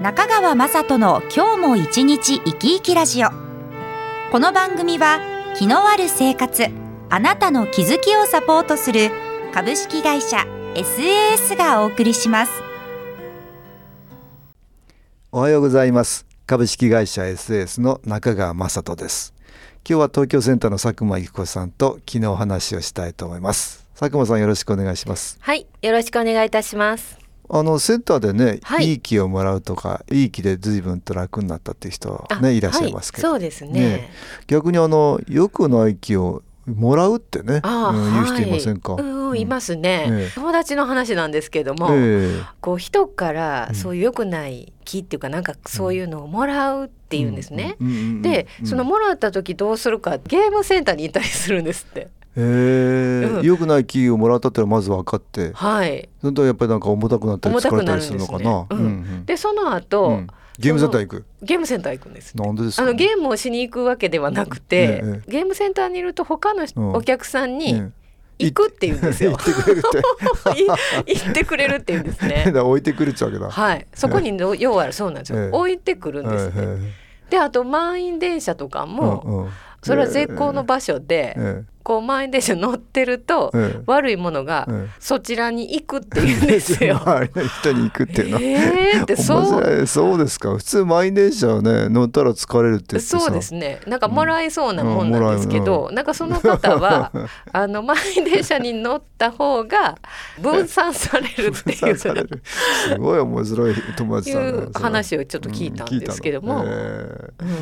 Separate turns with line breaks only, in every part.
中川雅人の今日も一日生き生きラジオこの番組は気のある生活あなたの気づきをサポートする株式会社 SAS がお送りします
おはようございます株式会社 SS の中川雅人です今日は東京センターの佐久間由紀子さんと昨日お話をしたいと思います佐久間さんよろしくお願いします
はい、よろしくお願いいたします。
あのセンターでね、
はい
い、い気をもらうとかいい気で随分と楽になったっていう人
あ
ねいらっしゃいますけど、
はい、そうですね。
ね逆にあのよくない気をもらうってね、
ああ、
うん言う人
はい
ませんか、
うんうん、いますすね、
ええ
友達の話なんですけども、こう人からそういう良くない気っていうか、なんかそういうのをもらうっていうんですね。で、そのもらった時どうするかゲームセンターに行ったりするんですって。
えー
うん
良くない気をもらったってのはまず分かって
はい。
それとやっぱりなんか重たくなったり
重た
疲
く
れた
な
り
るん
す
で
る
す
の
ね
かな、
うん
うん
でその
う
後、
んゲームセンター行く
ゲームセンター行くんですって。
なんでです
あ
か
のゲームをしに行くわけではなくて、
え
ゲームセンターにいると他の人
うん
お客さんに
ね
行くって言うんですよ。
行ってくれるって
い 行ってくれるって言うんで す
だか
ね。
ら置いてくれちゃうわけだ、
はい、そこにの要はそうなんですよ、
ええ
置いてくるんですね、
はいはい
であと満員電車とかも、
うんうん
それは絶好の場所で、
え
こう満員電車乗ってると、
ええ
悪いものが、
え
そちらに行くって言うんです
え
よ。
周りの人に行くっていうのは
えーって
面
そう
白いそうですか普通満員電車はね乗ったら疲れるって言ってさ
そうですねなんかもらえそうなもんなんです
う
け
んも
ど、なんかその方 はあの満員電車に乗った方が分散されるってい
刺され
う
るすごい面白い友達
い
さん
う話をちょっと聞いたんですけど
う
も、
ん聞いたのえ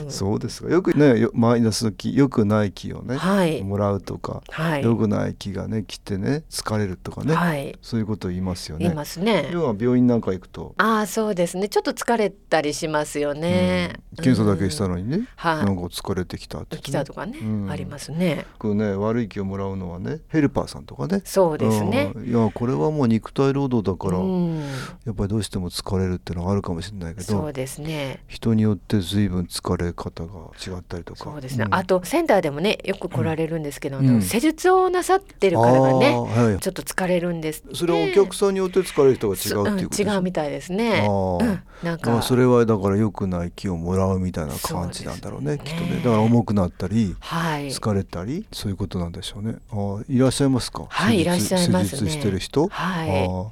う
え
ん
そうですかよくねよマイナスの気よくない気をね、
はい
もらうとか、
はい、
よくない気がね来てね疲れるとかね、
はい、
そういうことを言いますよ
い
ね
ますね。
要は病院なんか行くと、
ああそうですねちょっと疲れたりしますよね、
うん検査だけしたのにね、
はい
なんか疲れてきたって、
う
ね、
ん来たとかね、
うん
ありますね
こうね悪い気をもらうのはねヘルパーさんとかね
そうですね
うんいやこれはもう肉体労働だ
う
から、
ん
やっぱりどうしても疲れるっていうのはあるかもしれないけ
そう
ど
ですね
人によって随分疲れ方が違ったりとか
そうですね、
ん
あとセンターでもねよく来られるんですけど、
うん
あの施術をなさってる方が
あ
ね
ーはい
ちょっと疲れるんですって
それはお客さんによって疲れる人が違うっていうこと
そうん違うみたいですね
あ
う
ー
んなん
あ
か
それはだから良くない気をもらうみたいな感じなんだろうね
そう
き
で
っ
す
と
ね
ねだから重くなったり
はい
疲れたりそういうことなんでしょうねあーいらっしゃいますか
はい
施術
いらっしゃいますね
施術してる人
は
あ
い
ー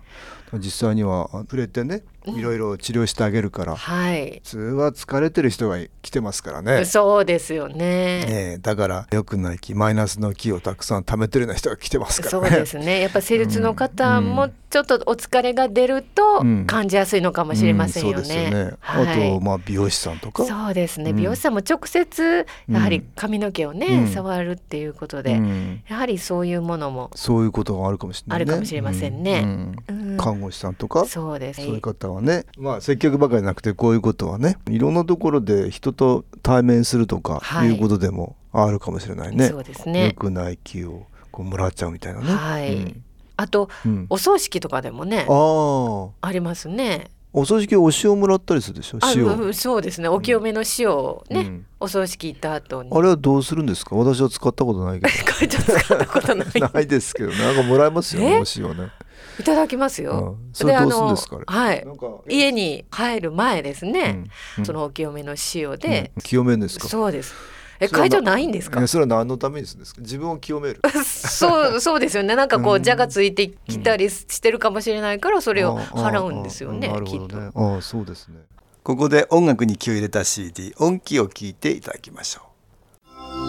実際にはあ触れてね
うん
いろいろ治療してあげるから、普
はい
通は疲れてる人が来てますからね。
そうですよね
ええだから良くない気マイナスの気をたくさん貯めてるような人が来てますか
そ
らね。
うですね。やっぱ施術の方
う
も
ん
ちょっとお疲れが出ると
うん
感じやすいのかもしれませんよ
うそうですよ
ね
ね。
は
あと
い。
まあ美容師さんとか。
そうです
う
ね。
ん
美容師さんも直接
うん
やはり髪の毛をね、
うん
触るっていうこと
う
で、
ん
やはりそういうものも、
そういうことがあるかもしれないね。
あるかもしれませんね
うん
うん
うん看護師さんとか。
そうです。
そういう方はね、まあ接客ばかりじゃなくてこういうことはねいろんなところで人と対面するとか
はい
いうことでもあるかもしれないね。
そうですね
良くない気をこうもらっちゃうみたいなね。
はい
うん
あと
うん
お葬式とかでもね
あ、あ
ありますね。
お葬式お塩もらったりするでしょ
あ、
塩、
うんうんそうですね。お清めの塩を
う
ね
ん、
お葬式行った後に
あ。れはどうするんですか私は使ったことないけ
これちょっと使ったことない。
どないですけどねなんかもらえますよね
え
お塩ね、
いただきます
う
よ。
ん、それどうするんですか
で
あ
あのはい
れ。なんか
家に入る前ですね、
うん
そのお清めの塩で、
うん清めんですか
そうですえ
それは
会場ないんです
いや
か
それは何のためにするんですか自分を清める
そうそうですよねなんかこ
う
うん蛇がついてきたりしてるかもしれないからそ
そ
れを払うんですよね
なる
き
ほ
っ
どね
と
ああそうですねここで音楽に気を入れた CD 音気を聞いていただきましょ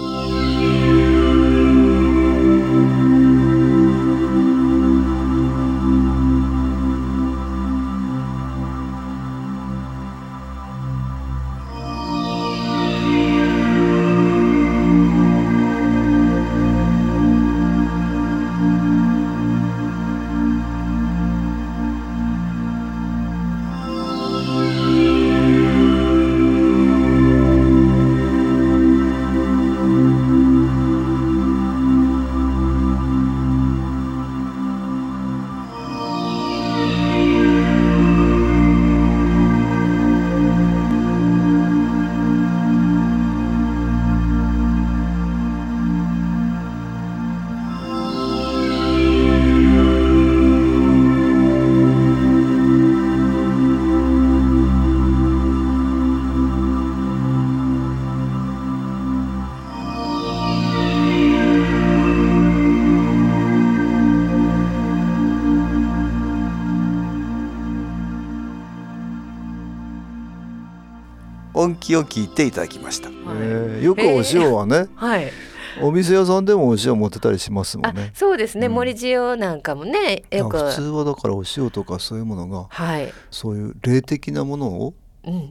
う
「
音気を聞いていただきました、えー、よくお塩はね、
はい
お店屋さんでもお塩持ってたりしますもんね。
そうですね、うん、森塩なんかもねよく
普通はだからお塩とかそういうものが、
はい、
そういう霊的なものを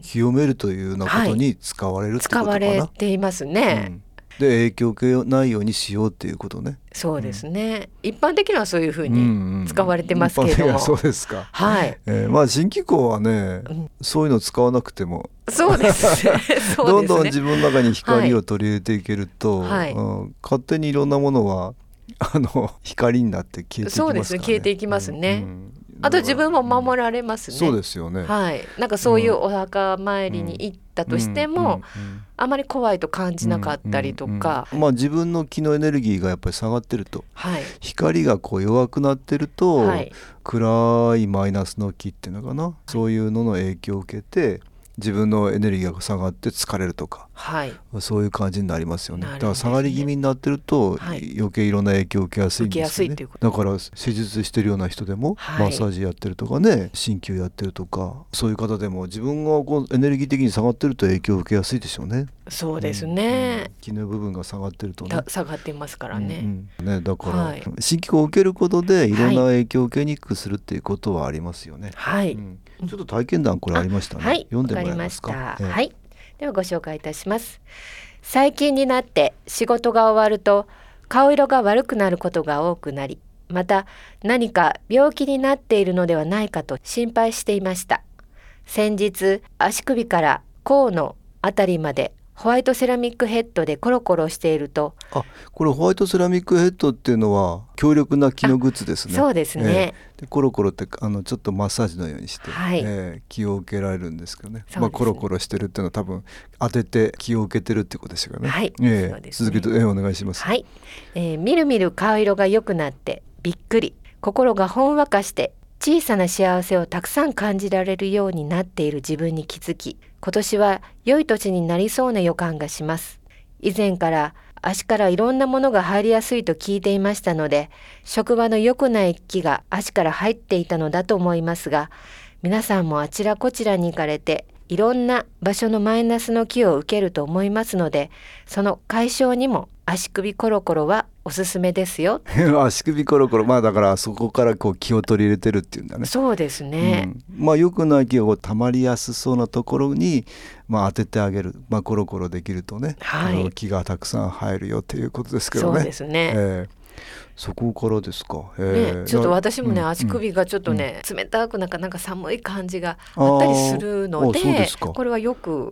清めるというようなことに使われるってことかな、
はい、使われていますね。うん
で影響を受けないようにしようっていうことね。
そうですね。うん、一般的にはそういうふうに使われてますけれども。うんうん、
そうですか。
はい。
えー、まあ新機構はね、うん、そういうの使わなくても。
そうです ね。すね
どんどん自分の中に光を取り入れていけると、
はい、
うん、勝手にいろんなものは あの光になって消えていきます、ね、そう
ですね。消えていきますね。うんあと自分も守られますね。
そうですよね。
はい。なんかそういうお墓参りに行ったとしても、あまり怖いと感じなかったりとか、
まあ自分の気のエネルギーがやっぱり下がってると、
はい、
光がこう弱くなってると、はい、暗いマイナスの気っていうのかな、そういうのの影響を受けて。自分のエネルギーが下がって疲れるとか、
はい、
そういう感じになりますよね、ね、だから下がり気味になってると、はい、余計いろんな影響を受けやすいんですよねだから施術してるような人でも、はい、マッサージやってるとかね鍼灸やってるとかそういう方でも自分がこうエネルギー的に下がってると影響を受けやすいでしょうね
そうですね、うん、
気の部分が下がってると
ね下がってますからね,
うんうん、ねだから、はい、鍼灸を受けることでいろんな影響を受けにくくするっていうことはありますよね、
はい、うん
ちょっと体験談これありましたね、読んでもらえますか、
ええ、はいではご紹介いたします最近になって仕事が終わると顔色が悪くなることが多くなりまた何か病気になっているのではないかと心配していました先日足首から甲のあたりまでホワイトセラミックヘッドでコロコロしていると
あこれホワイトセラミックヘッドっていうのは強力な気のグッズですね
そうですね、
えー、コロコロってあのちょっとマッサージのようにして、
はい、
えー、気を受けられるんですけどね、ね、まあコロコロしてるっていうのは多分当てて気を受けてるってことですよね
はい、
えー、ね、続きと、えー、お願いします
はい、えー、みるみる顔色が良くなってびっくり心がほんわかして小さな幸せをたくさん感じられるようになっている自分に気づき今年は良い土地になりそうな予感がします以前から足からいろんなものが入りやすいと聞いていましたので職場の良くない木が足から入っていたのだと思いますが皆さんもあちらこちらに行かれていろんな場所のマイナスの木を受けると思いますのでその解消にも足首コロコロはおすすめですよ
足首コロコロまあだからそこからこう気を取り入れてるっていうんだね
そうですね、
うん、まあ良くない気をたまりやすそうなところにまあ当ててあげるまあコロコロできるとね、
はい、
気がたくさん入るよっていうことですけどね
そうですね、
えーそこからですか。
ね、ちょっと私もね、足首がちょっとね、冷たくなんか、なんか寒い感じがあったりするので。これはよく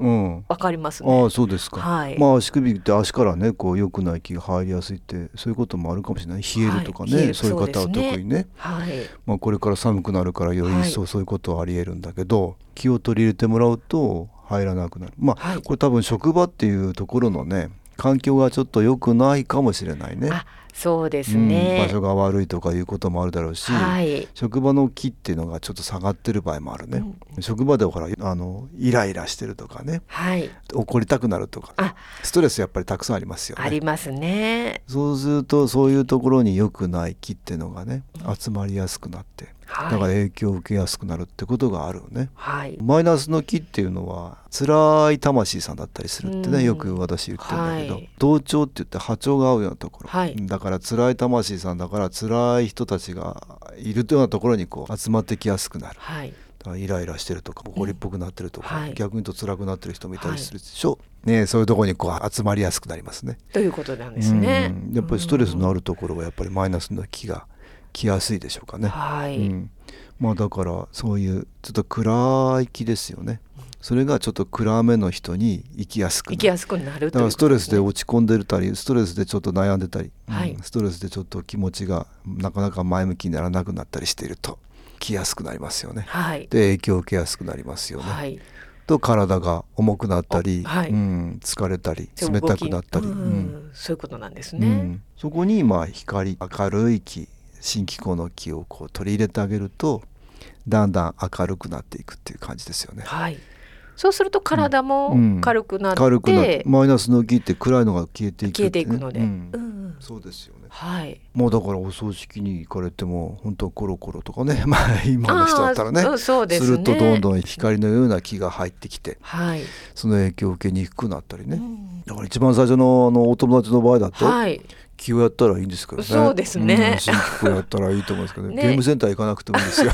わかります
ああ、そうですか。
はい。
まあ、足首って足からね、こう良くない気が入りやすいって、そういうこともあるかもしれない。冷えるとかね、そういう方は特にね。
はい。
まあ、これから寒くなるから、より一層そういうことはあり得るんだけど、気を取り入れてもらうと。入らなくなる。まあ、これ多分職場っていうところのね、環境がちょっと良くないかもしれないね。
そうですね、
うん、場所が悪いとかいうこともあるだろうし、
はい、
職場の木っていうのがちょっと下がってる場合もあるね、うん、職場でほらあのイライラしてるとかね、
はい、
怒りたくなるとかストレスやっぱりたくさんありますよね
ありますね
そうするとそういうところに良くない木っていうのがね集まりやすくなって、
はい、
だから影響を受けやすくなるってことがあるよね、
はい、
マイナスの木っていうのは辛い魂さんだったりするってね、うん、よく私言ってるんだけど、はい、同調って言って波長が合うようなところ、
はい、
だからから辛い魂さんだから辛い人たちがいるというようなところにこう集まってきやすくなる、
はい、
イライラしてるとか怒りっぽくなってるとか、
うんはい、
逆に言うと辛くなってる人もいたりするでしょ、はい、ね、そういうところにこう集まりやすくなりますね。
ということなんですね。
やっぱりストレスのあるところはやっぱりマイナスの気が来やすいでしょうかね。
はい、
うん、まあ、だからそういうちょっと暗い気ですよね。それがちょっと暗めの人に行きやすく
行きやすくなる
だからストレスで落ち込んでたりストレスでちょっと悩んでたり、
はい、
ストレスでちょっと気持ちがなかなか前向きにならなくなったりしていると来やすくなりますよね、
はい、
で影響を受けやすくなりますよね、
はい、
と体が重くなったり、
はい、、
うん、疲れたり冷たくなったり、うん
そういうことなんですね、うん、
そこにまあ光明るい気新機構の気をこう取り入れてあげるとだんだん明るくなっていくっていう感じですよね。
はいそうすると体も軽くなって、
軽くなってマイナスの気って暗いのが消えていく
消えていくので、
う
うんん
そうですよね
はい
もうだからお葬式に行かれても本当コロコロとかね まあ今の人だったらね
あーそうそうですすね
るとどんどん光のような気が入ってきて
はい、
その影響を受けにくくなったりね、
うん
だから一番最初のあのお友達の場合だと、
はい
気をやったらいいんですけどね
そうですね
ん新規をやったらいいと思うんですけど、ね、
ね
ゲームセンター行かなくてもいいです よ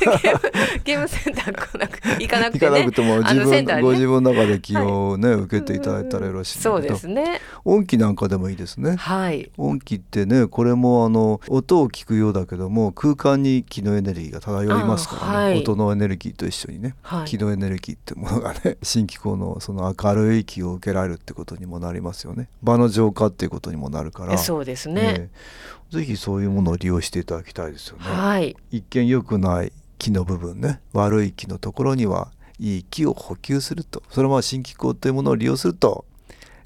ゲームセンター来なく行かなくて
行か
ね
なくても
あ
自
のセン
分、
ターね
ご自分の中で気をね、受けていただいたらよろしいんだけど
そうですね
音機なんかでもいいですね
はい
音機ってねこれもあの音を聞くようだけども空間に気のエネルギーが漂いますからね、
あはい
音のエネルギーと一緒にね、
はい
気のエネルギーってものがね 新機構のその明るい気を受けられるってことにもなりますよね場の浄化っていうことにもなるから
そうですね、
ええぜひそういうものを利用していただきたいですよね、
はい
一見良くない木の部分ね悪い木のところにはいい木を補給するとそれは新機構というものを利用すると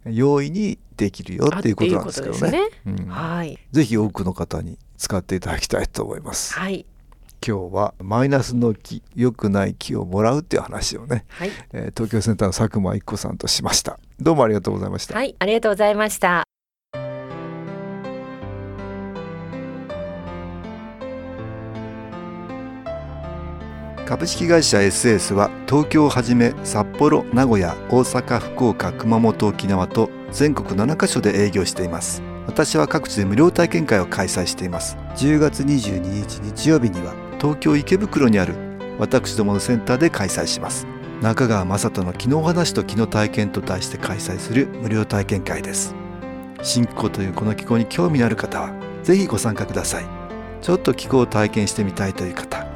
容易にできるよっていうことなんですけどね
あっていう
うん
はい
ぜひ多くの方に使っていただきたいと思います、
はい
今日はマイナスの木良くない木をもらうっていう話をね、
はい、
えー東京センターの佐久間一子さんとしましたどうもありがとうございました
はい、ありがとうございました
株式会社 SS は東京をはじめ札幌名古屋大阪福岡熊本沖縄と全国7カ所で営業しています私は各地で無料体験会を開催しています10月22日日曜日には東京池袋にある私どものセンターで開催します中川雅人の「昨日話と昨日体験」と題して開催する無料体験会です新気候というこの気候に興味のある方はぜひご参加くださいちょっと気候を体験してみたいという方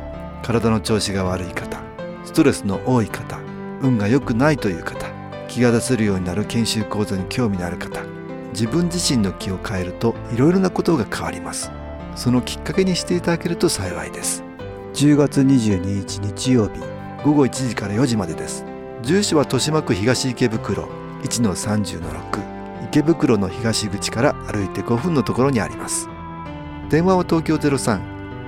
体の調子が悪い方ストレスの多い方運が良くないという方気が出せるようになる研修講座に興味のある方自分自身の気を変えるといろいろなことが変わりますそのきっかけにしていただけると幸いです10月22日日曜日午後1時から4時までです住所は豊島区東池袋1-30-6池袋の東口から歩いて5分のところにあります電話は東京03